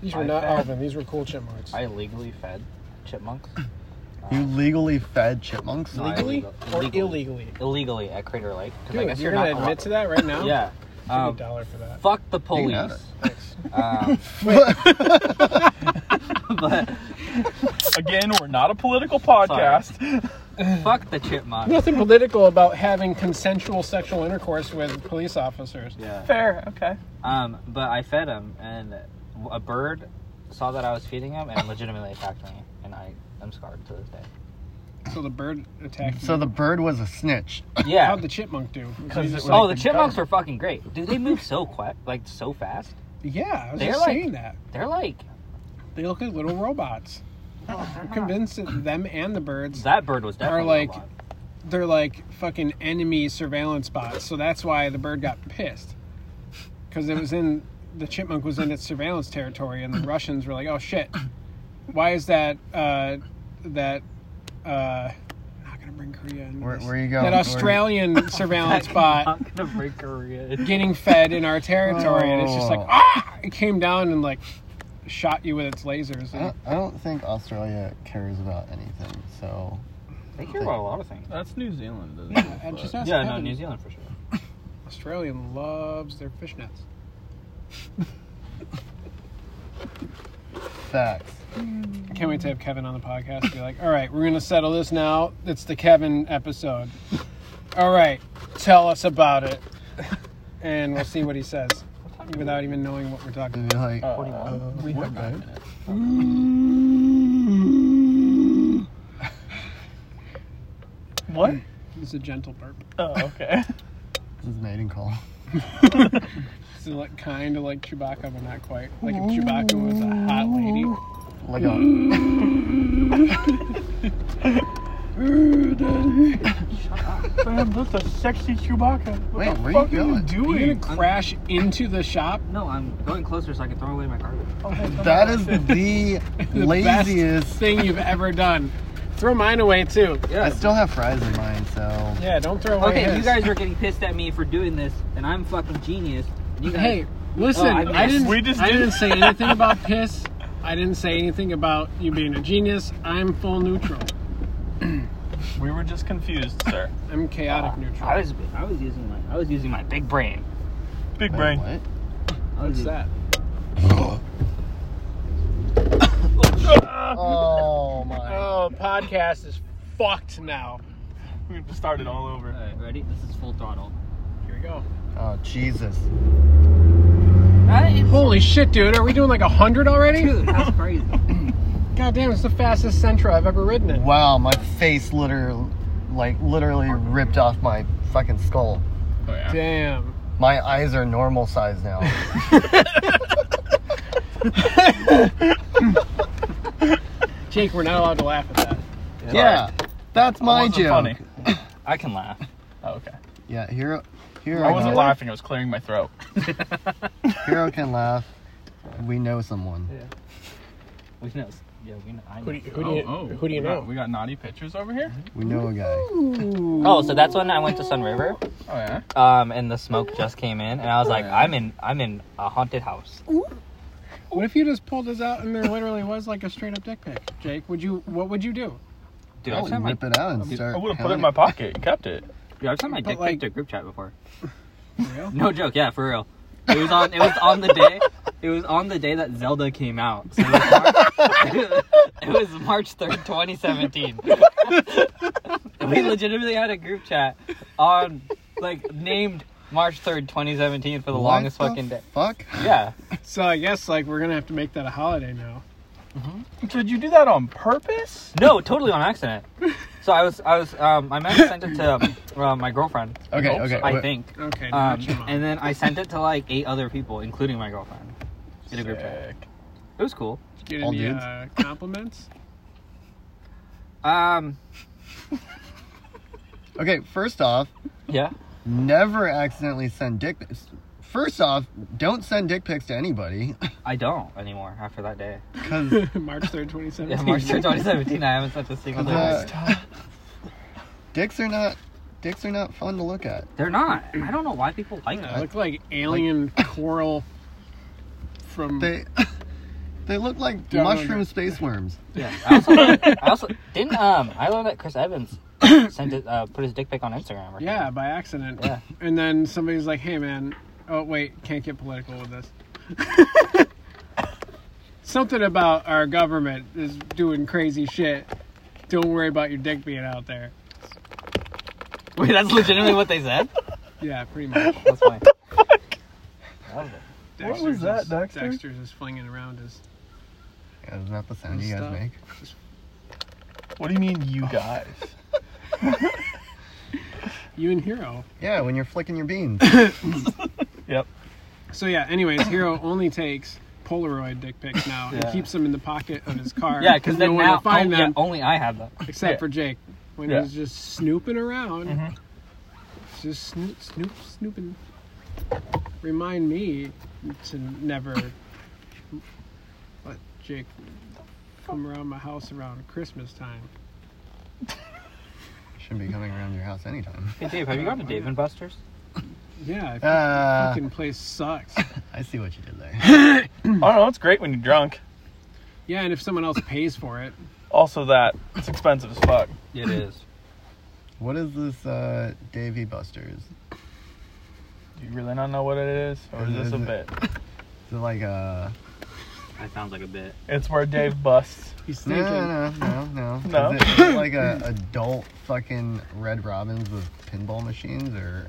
Speaker 1: These were
Speaker 4: I
Speaker 1: not
Speaker 4: bet.
Speaker 1: Alvin. These were cool chipmunks.
Speaker 4: I legally fed chipmunks.
Speaker 2: You legally fed chipmunks?
Speaker 4: No, I-
Speaker 1: legally or
Speaker 4: Illegally.
Speaker 1: illegally?
Speaker 4: illegally at Crater Lake. 'cause I
Speaker 1: Dude,
Speaker 4: guess
Speaker 1: you're,
Speaker 4: not
Speaker 1: gonna admit to that right now?
Speaker 4: allowed- Yeah.
Speaker 1: Give me a
Speaker 4: Um,
Speaker 1: dollar for that.
Speaker 4: fuck the
Speaker 2: You
Speaker 4: police.
Speaker 2: can have it.
Speaker 4: Um, but
Speaker 3: Again, we're not a political podcast.
Speaker 4: fuck the chipmunks.
Speaker 1: Nothing political about having consensual sexual intercourse with police officers.
Speaker 4: Yeah.
Speaker 3: Fair, okay.
Speaker 4: Um, but I fed him, and a bird saw that I was feeding him and legitimately attacked me, and I am scarred to this day.
Speaker 1: So the bird attacked.
Speaker 2: So
Speaker 1: you.
Speaker 2: the bird was a snitch.
Speaker 4: Yeah.
Speaker 1: how'd the chipmunk do? Was
Speaker 3: 'Cause
Speaker 1: he
Speaker 3: it
Speaker 1: just
Speaker 3: was-
Speaker 1: like-
Speaker 4: oh, the chipmunks are fucking great, dude. They move so quick, like so fast.
Speaker 1: yeah, I was
Speaker 4: They're
Speaker 1: just
Speaker 4: like-
Speaker 1: saying that
Speaker 4: They're like
Speaker 1: they look like little robots. I'm convinced that them and the birds
Speaker 4: that bird was definitely
Speaker 1: like-
Speaker 4: a robot.
Speaker 1: they're like fucking enemy surveillance bots. So that's why the bird got pissed because it was in the chipmunk was in its surveillance territory, and the Russians were like, "Oh shit, why is that uh, that." Uh, I'm not gonna bring Korea in.
Speaker 2: Where,
Speaker 1: this.
Speaker 2: where you going?
Speaker 1: that
Speaker 2: Where-
Speaker 1: Australian surveillance bot
Speaker 4: Not gonna break Korea.
Speaker 1: getting fed in our territory, and it's just like
Speaker 2: Oh.
Speaker 1: ah! It came down and like shot you with its lasers.
Speaker 2: I
Speaker 1: And
Speaker 2: don't, I don't think Australia cares about anything. So
Speaker 4: They care about a lot of things.
Speaker 3: That's New Zealand, isn't it?
Speaker 1: I just asked
Speaker 4: yeah, no,
Speaker 1: Kevin.
Speaker 4: New Zealand for sure.
Speaker 2: Uh.
Speaker 1: Australian loves their fishnets.
Speaker 2: facts.
Speaker 1: I can't wait to have Kevin on the podcast. and Be like, all right, we're gonna settle this now. It's the Kevin episode. All right, tell us about it, and we'll see what he says without even knowing what we're talking.
Speaker 2: They'd be like,
Speaker 3: Uh,
Speaker 2: uh,
Speaker 4: 21.
Speaker 3: we
Speaker 2: what,
Speaker 3: have nine
Speaker 2: babe?
Speaker 3: minutes. What?
Speaker 1: It's a gentle burp.
Speaker 3: Oh, okay.
Speaker 2: This is mating call.
Speaker 1: It's like kind of like Chewbacca, but not quite. Like if Chewbacca was a hot lady.
Speaker 2: Like a
Speaker 3: Fam, that's a sexy Chewbacca. What
Speaker 2: Wait,
Speaker 3: the
Speaker 2: where
Speaker 3: fuck
Speaker 2: you
Speaker 3: are you
Speaker 2: going?
Speaker 1: Are you
Speaker 3: doing?
Speaker 1: gonna crash into the shop?
Speaker 4: No, I'm going closer so I can throw away my garbage.
Speaker 3: Oh,
Speaker 2: that is the,
Speaker 1: The
Speaker 2: laziest.
Speaker 1: best thing you've ever done. Throw mine away too.
Speaker 2: I still have fries in mine, so
Speaker 1: Yeah, don't throw away.
Speaker 4: Okay,
Speaker 1: his.
Speaker 4: you guys are getting pissed at me for doing this, and I'm fucking genius. and You guys,
Speaker 1: Hey, listen.
Speaker 4: Oh, I
Speaker 1: I,
Speaker 4: missed.
Speaker 1: didn't.
Speaker 3: We just
Speaker 1: I
Speaker 3: did-
Speaker 1: didn't say anything about piss. I didn't say anything about you being a genius. I'm full neutral.
Speaker 5: We were just confused, sir.
Speaker 1: I'm chaotic
Speaker 4: Uh,
Speaker 1: neutral.
Speaker 4: I was I was using my I was using my big brain.
Speaker 5: Big
Speaker 2: Wait,
Speaker 5: brain.
Speaker 2: What?
Speaker 4: I was
Speaker 1: What's
Speaker 4: using-
Speaker 1: that?
Speaker 2: Oh my.
Speaker 1: Oh, podcast is fucked now.
Speaker 5: We have to start it all over.
Speaker 4: Alright, ready? This is full throttle.
Speaker 1: Here we go.
Speaker 2: Oh Jesus.
Speaker 4: That is
Speaker 1: Holy shit, dude. Are we doing like a 100 already?
Speaker 4: dude, that's crazy.
Speaker 1: God damn, it's the fastest Sentra I've ever ridden in.
Speaker 2: Wow, my face literally, like literally ripped off my fucking skull.
Speaker 5: Oh yeah.
Speaker 1: Damn.
Speaker 2: My eyes are normal size now.
Speaker 1: Jake, we're not allowed to laugh at that.
Speaker 2: yeah, that's my
Speaker 5: wasn't
Speaker 2: joke.
Speaker 5: funny.
Speaker 4: I can laugh.
Speaker 5: Oh, okay.
Speaker 2: Yeah, hero, hero.
Speaker 5: I wasn't
Speaker 2: can-
Speaker 5: laughing. I was clearing my throat.
Speaker 2: Hero can laugh. We know someone.
Speaker 4: We know. Yeah, we know. I know.
Speaker 1: Who do you, who do you, who do you
Speaker 5: Oh, we
Speaker 1: know?
Speaker 5: Got, we got naughty pictures over here.
Speaker 2: We know a guy.
Speaker 4: Oh, so that's when I went to Sun River,
Speaker 5: Oh yeah.
Speaker 4: um, and the smoke just came in, and I was like, I'm in, I'm in a haunted house.
Speaker 1: What if you just pulled this out and there literally was like a straight up dick pic? Jake, would you? What would you do?
Speaker 4: Dude,
Speaker 2: I
Speaker 4: I've
Speaker 2: would
Speaker 4: sent my,
Speaker 2: rip it out and start.
Speaker 5: I would have put
Speaker 2: pounding
Speaker 5: it in my pocket and kept it.
Speaker 4: dude, I've sent my dick
Speaker 1: like-
Speaker 4: pic to a group chat before.
Speaker 1: For real?
Speaker 4: No joke, yeah, for real. It was on, it was on the day, it was on the day that Zelda came out. So it was March, it was March third, 2017. we legitimately had a group chat on, like, named March third, 2017 for the
Speaker 2: What
Speaker 4: longest
Speaker 2: the
Speaker 4: fucking day.
Speaker 2: Fuck.
Speaker 4: Yeah.
Speaker 1: So I guess like we're gonna have to make that a holiday now.
Speaker 5: Did you do that on purpose?
Speaker 4: No, totally on accident. So I was, I was, um, I meant to send it to um, uh, my girlfriend,
Speaker 2: Okay.
Speaker 5: hope
Speaker 2: Okay.
Speaker 5: so.
Speaker 4: I
Speaker 2: wait.
Speaker 4: think,
Speaker 1: Okay. now
Speaker 4: um,
Speaker 1: it's your mom.
Speaker 4: and then I sent it to like eight other people, including my girlfriend, in a group chat.
Speaker 5: Sick.
Speaker 4: It was cool.
Speaker 1: Get
Speaker 2: all
Speaker 1: any
Speaker 2: dudes?
Speaker 1: uh, compliments?
Speaker 4: Um,
Speaker 2: Okay. First off,
Speaker 4: yeah.
Speaker 2: never accidentally send dick pics. First off, don't send dick pics to anybody.
Speaker 4: I don't anymore after that day.
Speaker 2: Because
Speaker 1: March third, twenty
Speaker 4: Yeah,
Speaker 1: seventeen.
Speaker 4: March 3rd, 2017, I haven't sent a single thing.
Speaker 2: dicks are not dicks are not fun to look at.
Speaker 4: They're not. I don't know why people like
Speaker 1: Yeah, I
Speaker 4: them.
Speaker 1: look like alien coral from.
Speaker 2: They they look like
Speaker 1: Down
Speaker 2: mushroom
Speaker 1: under.
Speaker 2: space worms.
Speaker 4: Yeah. I also, learned- I also didn't. Um, I learned that Chris Evans sent it, uh, put his dick pic on Instagram. Or
Speaker 1: yeah, by accident.
Speaker 4: Yeah.
Speaker 1: And then somebody's like, "Hey, man. Oh, wait, can't get political with this." Something about our government is doing crazy shit. Don't worry about your dick being out there.
Speaker 4: something. Wait, that's legitimately what they said.
Speaker 1: Yeah, pretty much.
Speaker 4: That's funny.
Speaker 1: Dexter's
Speaker 5: was that,
Speaker 1: is,
Speaker 5: Dexter?
Speaker 1: Dexter's is flinging around his.
Speaker 2: Yeah, isn't that the sound you guys
Speaker 1: Stop.
Speaker 2: make?
Speaker 5: What do you mean, you guys?
Speaker 1: You and Hero.
Speaker 2: Yeah, when you're flicking your beans.
Speaker 5: yep.
Speaker 1: So yeah. Anyways, Hero only takes Polaroid dick pics now
Speaker 5: Yeah.
Speaker 1: and keeps them in the pocket of his car.
Speaker 4: Yeah, because then
Speaker 1: no one
Speaker 4: now
Speaker 1: will find
Speaker 4: oh, yeah,
Speaker 1: them
Speaker 4: only I have them.
Speaker 1: except
Speaker 5: yeah.
Speaker 1: for Jake when
Speaker 5: Yeah.
Speaker 1: he's just snooping around.
Speaker 5: Mhm.
Speaker 1: Just snoop, snoop, snooping. Remind me to never let Jake come around my house around Christmas time.
Speaker 2: Should be coming around your house anytime.
Speaker 4: Hey Dave, have you gone to Dave and Buster's?
Speaker 1: Yeah, I
Speaker 2: Ah,
Speaker 1: fucking place sucks.
Speaker 2: I see what you did there.
Speaker 5: I don't know. It's great when you're drunk.
Speaker 1: Yeah, and if someone else pays for it,
Speaker 5: Also, that it's expensive as fuck.
Speaker 4: It is.
Speaker 2: What is this uh, Davy Buster's?
Speaker 5: Do you really not know what it is, or is this a
Speaker 2: Is
Speaker 5: bit?
Speaker 2: it- Is it like a
Speaker 4: That sounds like a bit.
Speaker 5: It's where Dave busts.
Speaker 1: he's
Speaker 2: no,
Speaker 1: thinking.
Speaker 2: no, no, no,
Speaker 5: No.
Speaker 2: Is it like a adult fucking Red Robins with pinball machines or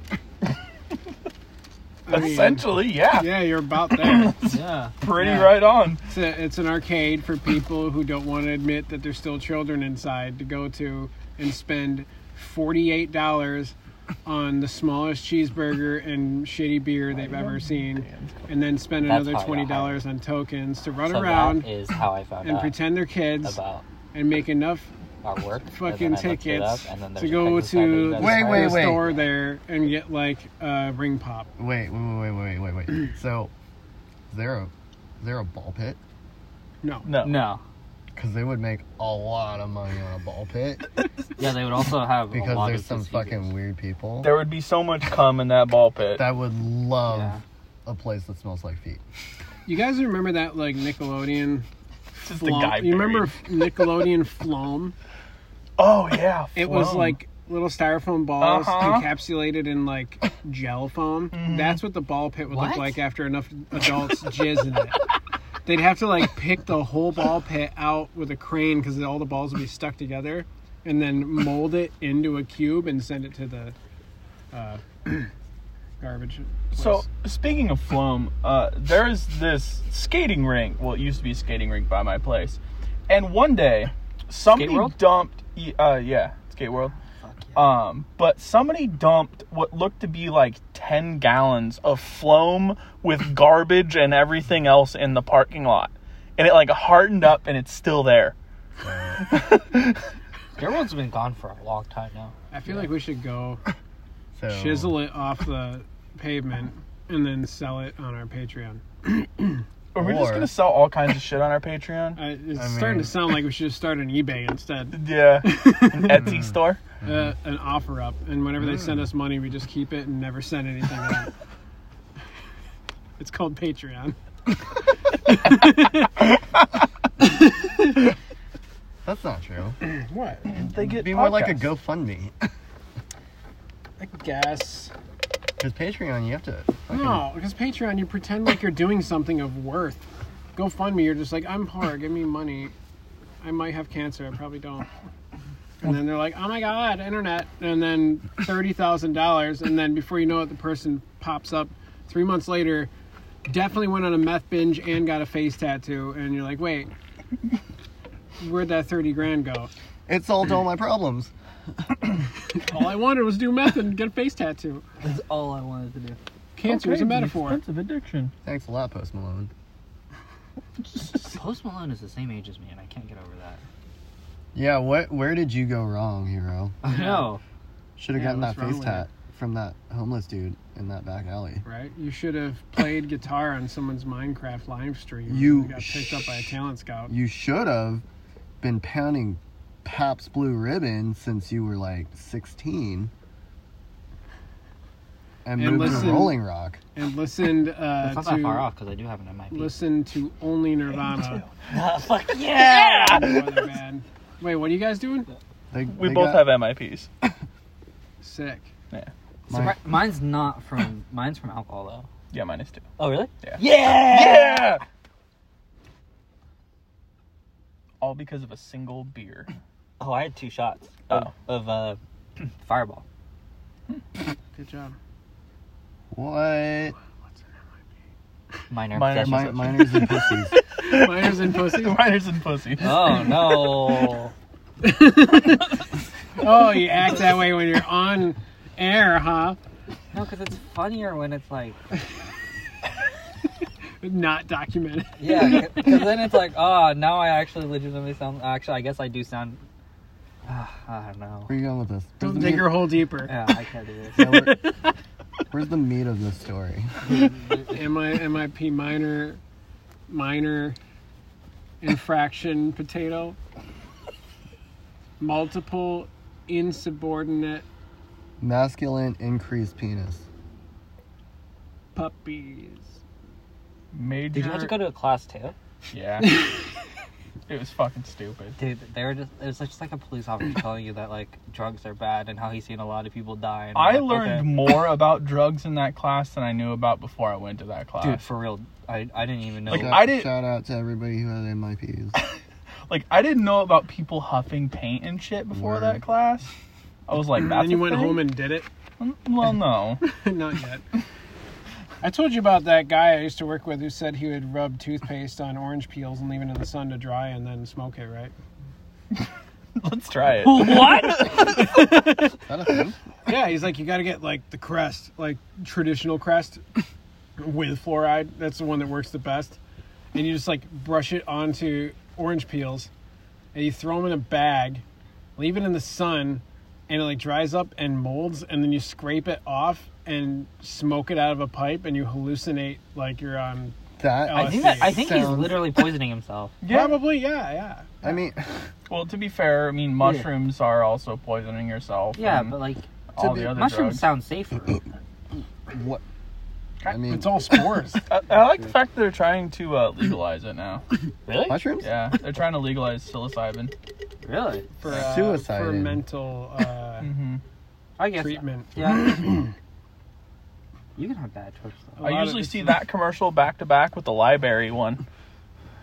Speaker 1: I mean,
Speaker 5: Essentially, yeah.
Speaker 1: Yeah, you're about there.
Speaker 4: Yeah.
Speaker 5: Pretty
Speaker 1: yeah.
Speaker 5: right on.
Speaker 1: it's, a, it's an arcade for people who don't want to admit that there's still children inside to go to and spend $48 on the smallest cheeseburger and shitty beer they've ever seen, and then spend
Speaker 4: That's
Speaker 1: another
Speaker 4: how I got
Speaker 1: $20 on tokens to run
Speaker 4: So
Speaker 1: around
Speaker 4: that is how I found
Speaker 1: and
Speaker 4: out
Speaker 1: pretend they're kids
Speaker 4: about
Speaker 1: and make enough
Speaker 4: our work. and
Speaker 1: fucking
Speaker 4: then I looked it up,
Speaker 1: tickets
Speaker 4: and then
Speaker 1: to
Speaker 4: there's a
Speaker 1: go
Speaker 4: Craigslist ad that
Speaker 1: to
Speaker 4: you guys
Speaker 2: Wait,
Speaker 4: hired.
Speaker 1: the
Speaker 2: wait, wait.
Speaker 1: store there and get like a ring pop.
Speaker 2: wait, wait, wait, wait, wait, wait, wait. So is there a is there a ball pit?
Speaker 1: No.
Speaker 5: No.
Speaker 4: No.
Speaker 2: Because they would make a lot of money on a ball pit
Speaker 4: Yeah, they would also have a
Speaker 2: because
Speaker 4: lot
Speaker 2: there's
Speaker 4: of
Speaker 2: some
Speaker 4: procedures.
Speaker 2: fucking weird people
Speaker 5: There would be so much cum in that ball pit.
Speaker 2: that would love
Speaker 4: Yeah.
Speaker 2: a place that smells like feet.
Speaker 1: You guys remember that like Nickelodeon
Speaker 5: It's just the
Speaker 1: Flom.
Speaker 5: guy.
Speaker 1: you remember
Speaker 5: buried.
Speaker 1: Nickelodeon Flom?
Speaker 5: Oh yeah.
Speaker 1: It was
Speaker 5: Flum.
Speaker 1: like little styrofoam balls
Speaker 5: Uh-huh.
Speaker 1: encapsulated in like gel foam. That's what the ball pit would
Speaker 4: What?
Speaker 1: look like after enough adults jizz in it. They'd have to like pick the whole ball pit out with a crane because all the balls would be stuck together, and then mold it into a cube and send it to the uh, garbage.
Speaker 5: So
Speaker 1: place.
Speaker 5: speaking of Flum, uh, there is this skating rink. Well, it used to be a skating rink by my place, and one day somebody
Speaker 4: Skate World?
Speaker 5: dumped. e- Uh, yeah, Skate World. Um, but somebody dumped what looked to be like ten gallons of Flum with garbage and everything else in the parking lot, and it like hardened up and it's still there.
Speaker 4: Gerald's been gone for a long time now.
Speaker 1: I feel like we should go
Speaker 2: So
Speaker 1: chisel it off the pavement and then sell it on our Patreon.
Speaker 5: Are we just
Speaker 2: Or-
Speaker 5: gonna sell all kinds of shit on our Patreon?
Speaker 1: I, it's
Speaker 2: I
Speaker 1: starting
Speaker 2: mean-
Speaker 1: to sound like we should start an eBay instead.
Speaker 5: Yeah, an Etsy store.
Speaker 1: uh, an offer up, and whenever they send us money, we just keep it and never send anything out. it's called Patreon.
Speaker 2: That's not true.
Speaker 1: What?
Speaker 5: They get
Speaker 2: Be more like a
Speaker 5: podcasts.
Speaker 2: GoFundMe.
Speaker 1: I guess.
Speaker 2: Because Patreon, you have to. fucking-
Speaker 1: No, because Patreon, you pretend like you're doing something of worth. GoFundMe, you're just like, I'm poor, give me money. I might have cancer, I probably don't. And then they're like, oh my god, internet. And then $30,000. And then before you know it, the person pops up three months later, definitely went on a meth binge and got a face tattoo. And you're like, wait, where'd that 30 grand go?
Speaker 2: It solved all my problems.
Speaker 1: All I wanted was do meth and get a face tattoo.
Speaker 4: That's all I wanted to do.
Speaker 1: Cancer
Speaker 5: Okay,
Speaker 1: is a
Speaker 5: it's an
Speaker 1: metaphor.
Speaker 5: Expensive addiction.
Speaker 2: Thanks a lot, Post Malone.
Speaker 4: Post Malone is the same age as me, and I can't get over that.
Speaker 2: Yeah, what? Where did you go wrong, hero?
Speaker 4: I know.
Speaker 2: Should have
Speaker 1: Yeah,
Speaker 2: gotten that
Speaker 1: what's wrong
Speaker 2: face
Speaker 1: with
Speaker 2: tat from that homeless dude in that back alley.
Speaker 1: Right? You should have played guitar on someone's Minecraft live stream.
Speaker 2: You
Speaker 1: and got picked up by a talent scout.
Speaker 2: You should have been pounding Paps Blue Ribbon since you were like 16. And,
Speaker 1: And
Speaker 2: moved
Speaker 1: listen-
Speaker 2: to Rolling Rock.
Speaker 1: And listened
Speaker 4: That's
Speaker 1: uh,
Speaker 4: not that far
Speaker 1: to
Speaker 4: off because I do have it in my piece.
Speaker 1: listen to only Nirvana.
Speaker 4: fuck yeah!
Speaker 1: no other band. Wait, what are you guys doing?
Speaker 2: They,
Speaker 5: We both have MIPs.
Speaker 1: Sick.
Speaker 2: My,
Speaker 4: Surpri- mine's not from. Mine's from alcohol though.
Speaker 5: Yeah, minus two.
Speaker 4: Oh really?
Speaker 5: Yeah.
Speaker 4: Yeah.
Speaker 5: Yeah. All because of a single beer.
Speaker 4: Oh, I had two shots of, of uh, Fireball.
Speaker 1: Good job.
Speaker 2: what?
Speaker 4: Minor.
Speaker 5: Minor-
Speaker 4: obsession.
Speaker 2: My, minors and pussies.
Speaker 1: Miners and pussies.
Speaker 5: Miners and pussies.
Speaker 4: Oh no!
Speaker 1: Oh, you act that way when you're on air, huh?
Speaker 4: no, because it's funnier when it's like.
Speaker 1: Not documented.
Speaker 4: Yeah, because then it's like, oh, now I actually legitimately sound. Actually, I guess I do sound. Uh, I don't know.
Speaker 2: Where are you going with this?
Speaker 1: Don't
Speaker 2: Where's
Speaker 1: dig
Speaker 2: the
Speaker 1: your hole deeper.
Speaker 4: Yeah, I can't do this.
Speaker 2: meat- yeah, where- where's the meat of this story?
Speaker 1: Am I MIP minor minor infraction potato? Multiple insubordinate
Speaker 2: Masculine increased penis.
Speaker 1: puppies.
Speaker 5: Major.
Speaker 4: Did you have to go to a class too?
Speaker 5: Yeah. it was fucking stupid.
Speaker 4: Dude, they were just. It was just like a police officer telling you that like drugs are bad and how he's seen a lot of people die. And I'm
Speaker 5: I
Speaker 4: like,
Speaker 5: learned
Speaker 4: Oh, okay.
Speaker 5: more about drugs in that class than I knew about before I went to that class.
Speaker 4: Dude, Uh, for real, I, I didn't even know.
Speaker 5: Like,
Speaker 2: Shout,
Speaker 5: I didn't-
Speaker 2: shout out to everybody who had MIPs.
Speaker 5: Like I didn't know about people huffing paint and shit before
Speaker 2: Word.
Speaker 5: that class. I was like,
Speaker 1: And
Speaker 5: that's
Speaker 1: then you went home
Speaker 5: and
Speaker 1: and did it?
Speaker 5: well, no.
Speaker 1: Not yet. I told you about that guy I used to work with who said he would rub toothpaste on orange peels and leave it in the sun to dry and then smoke it, right?
Speaker 5: Let's try it.
Speaker 4: what?
Speaker 2: Is that a thing?
Speaker 1: Yeah, he's like, you gotta get like the crest, like traditional crest with fluoride. That's the one that works the best. And you just like brush it onto orange peels and you throw them in a bag, leave it in the sun, and it like dries up and molds. And then you scrape it off and smoke it out of a pipe and you hallucinate like you're on.
Speaker 2: That
Speaker 1: Oh,
Speaker 4: I think that, I think he's
Speaker 2: Sounds-
Speaker 4: literally poisoning himself.
Speaker 5: Yeah.
Speaker 1: Probably, yeah, yeah.
Speaker 2: I mean,
Speaker 5: Well, to be fair, I mean mushrooms are also poisoning yourself.
Speaker 4: Yeah,
Speaker 5: and
Speaker 4: but like
Speaker 5: all
Speaker 2: be-
Speaker 5: the other drugs.
Speaker 4: mushrooms sound safer.
Speaker 2: what? I mean,
Speaker 1: It's all spores.
Speaker 5: I, I like the fact that they're trying to uh, legalize it now.
Speaker 4: Really?
Speaker 2: mushrooms.
Speaker 5: Yeah, they're trying to legalize psilocybin.
Speaker 4: Really?
Speaker 1: for, uh,
Speaker 2: Suicide
Speaker 1: for
Speaker 2: and-
Speaker 1: mental uh,
Speaker 5: hmm
Speaker 4: I guess.
Speaker 1: treatment.
Speaker 4: Yeah. you can have bad trips
Speaker 1: A
Speaker 4: though.
Speaker 1: lot
Speaker 5: I
Speaker 1: of
Speaker 5: usually
Speaker 1: it's-
Speaker 5: see that commercial back to back with the library one.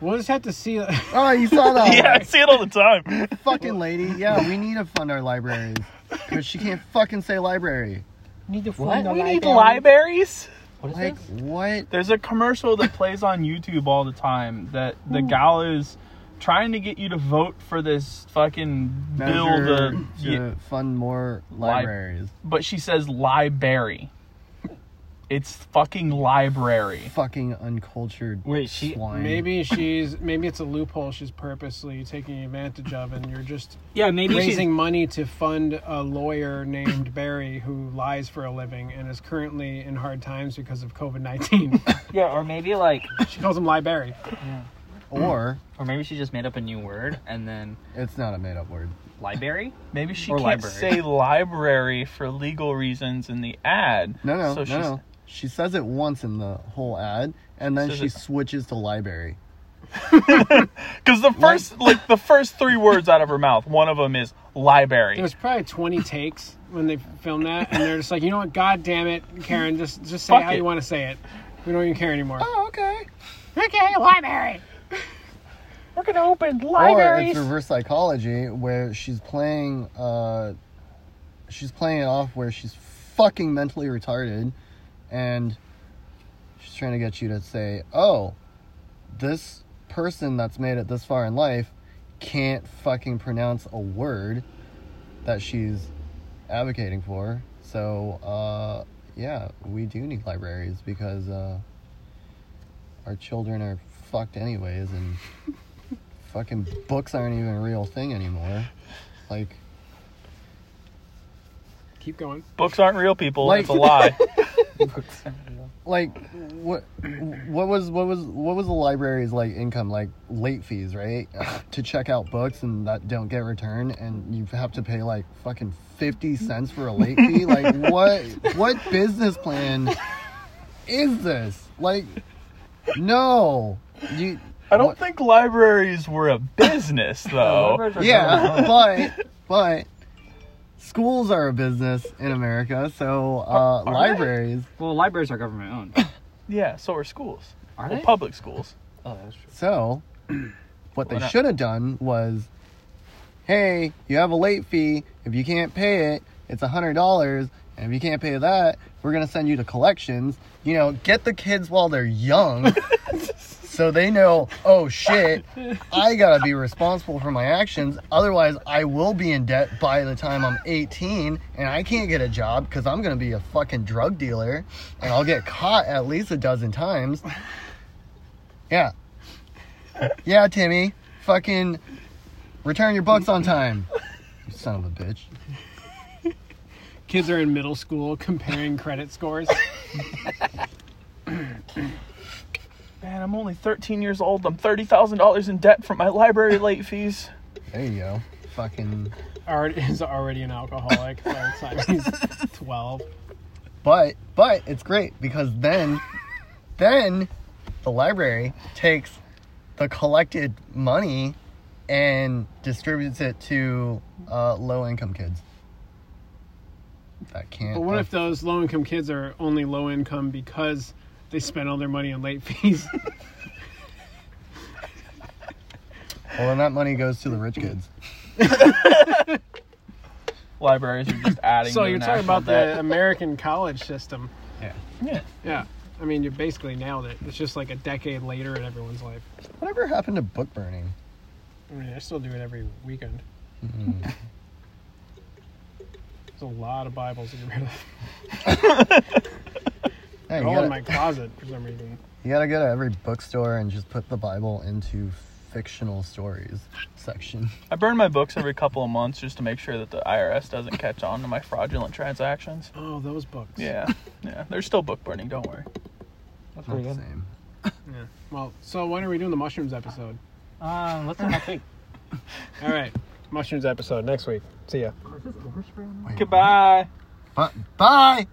Speaker 1: We'll just have to see.
Speaker 2: Oh, you saw that
Speaker 5: Yeah, I see it all the time.
Speaker 2: fucking lady. Yeah, we need to fund our libraries because she can't fucking say library.
Speaker 1: need to
Speaker 4: find a
Speaker 5: We need libraries.
Speaker 4: What is
Speaker 2: Like
Speaker 4: this?
Speaker 2: what?
Speaker 5: There's a commercial that plays on YouTube all the time that the gal is trying to get you to vote for this fucking bill,
Speaker 2: Measure
Speaker 5: to,
Speaker 2: to fund more libraries.
Speaker 5: but she says library. It's fucking library.
Speaker 2: Fucking uncultured.
Speaker 4: Wait, she-
Speaker 2: swine.
Speaker 1: Maybe she's maybe it's a loophole she's purposely taking advantage of, and you're just
Speaker 4: Yeah, maybe
Speaker 1: raising money to fund a lawyer named Barry who lies for a living and is currently in hard times because of COVID nineteen.
Speaker 4: she's. Yeah, or maybe like,
Speaker 1: she calls him Lie Barry.
Speaker 2: or
Speaker 4: or maybe she just made up a new word and then
Speaker 2: it's not a made-up word.
Speaker 4: library.
Speaker 5: Maybe she
Speaker 4: Or
Speaker 5: can't
Speaker 4: library.
Speaker 5: say library for legal reasons in the ad.
Speaker 2: No, no,
Speaker 5: So
Speaker 2: no,
Speaker 5: she's-
Speaker 2: no. She says it once in the whole ad, and then
Speaker 5: Says
Speaker 2: she
Speaker 5: it-
Speaker 2: switches to library.
Speaker 5: Because the first, like the first three words out of her mouth, one of them is library.
Speaker 1: There's probably twenty takes when they filmed that, and they're just like, you know what, God damn it, Karen, just just say
Speaker 5: Fuck
Speaker 1: how
Speaker 5: it.
Speaker 1: you want to say it. We don't even care anymore.
Speaker 2: Oh, okay.
Speaker 1: Okay, library.
Speaker 5: We're gonna
Speaker 2: Or
Speaker 5: open
Speaker 2: it's
Speaker 5: libraries.
Speaker 2: reverse psychology where she's playing uh she's playing it off where she's fucking mentally retarded and she's trying to get you to say, "Oh, this person that's made it this far in life can't fucking pronounce a word that she's advocating for." So, uh yeah, we do need libraries because uh our children are fucked anyways and fucking books aren't even a real thing anymore. Like,
Speaker 1: Keep going.
Speaker 5: Books aren't real, people.
Speaker 2: Like-
Speaker 5: it's a lie.
Speaker 2: like what? What was what was what was the library's like income? Like late fees, right? to check out books and that don't get returned, and you have to pay like fucking fifty cents for a late fee. Like, what? What business plan is this? Like, no, you.
Speaker 5: I don't think libraries were a business, though.
Speaker 4: Libraries are
Speaker 2: Yeah, but but schools are a business in America, so uh,
Speaker 5: they?
Speaker 2: libraries.
Speaker 4: government- Well, libraries are government owned.
Speaker 5: yeah, so are schools.
Speaker 4: Are
Speaker 5: well,
Speaker 4: they?
Speaker 5: public schools.
Speaker 4: Oh, that's true.
Speaker 2: So, what they
Speaker 5: What up?
Speaker 2: should have done was, hey, you have a late fee. If you can't pay it, it's a hundred dollars. And if you can't pay that, we're gonna send you to collections. You know, get the kids while they're young, so they know. Oh shit, I gotta be responsible for my actions. Otherwise, I will be in debt by the time I'm 18, and I can't get a job because I'm gonna be a fucking drug dealer, and I'll get caught at least a dozen times. Yeah, yeah, Timmy. Fucking return your books on time. You son of a bitch.
Speaker 1: Kids are in middle school comparing credit scores.
Speaker 5: Man, I'm only 13 years old. I'm $30,000 in debt from my library late fees.
Speaker 2: There you go. Fucking.
Speaker 1: Art is already an alcoholic by the time he's twelve.
Speaker 2: But but it's great because then then the library takes the collected money and distributes it to uh, low income kids. That can't.
Speaker 1: But what if those low income kids are only low income because they spent all their money on late fees?
Speaker 2: well, then that money goes to the rich kids.
Speaker 5: Libraries are just adding.
Speaker 1: so
Speaker 5: to
Speaker 1: you're
Speaker 5: the
Speaker 1: talking
Speaker 5: national
Speaker 1: about
Speaker 5: debt.
Speaker 1: the American college system.
Speaker 5: Yeah.
Speaker 1: Yeah. I mean, you basically nailed it. It's just like a decade later in everyone's life.
Speaker 2: Whatever happened to book burning?
Speaker 1: I mean, I still do it every weekend.
Speaker 5: Mm-hmm.
Speaker 1: There's a lot of Bibles to get rid of.
Speaker 2: Hey,
Speaker 1: They're
Speaker 2: you
Speaker 1: all in
Speaker 2: gotta-
Speaker 1: Oh, my closet for some reason.
Speaker 2: You gotta go to every bookstore and just put the Bible into fictional stories section.
Speaker 5: I burn my books every couple of months just to make sure that the IRS doesn't catch on to my fraudulent transactions.
Speaker 1: Oh, those books.
Speaker 5: Yeah. Yeah. There's still book burning. Don't worry.
Speaker 4: That's
Speaker 2: Not
Speaker 4: pretty
Speaker 2: the
Speaker 4: good.
Speaker 2: same.
Speaker 1: Yeah. Well, so when are we doing the mushrooms episode?
Speaker 4: Um, let's do next week.
Speaker 1: All right. Mushrooms episode next week. See ya.
Speaker 5: Goodbye.
Speaker 2: Bu- bye!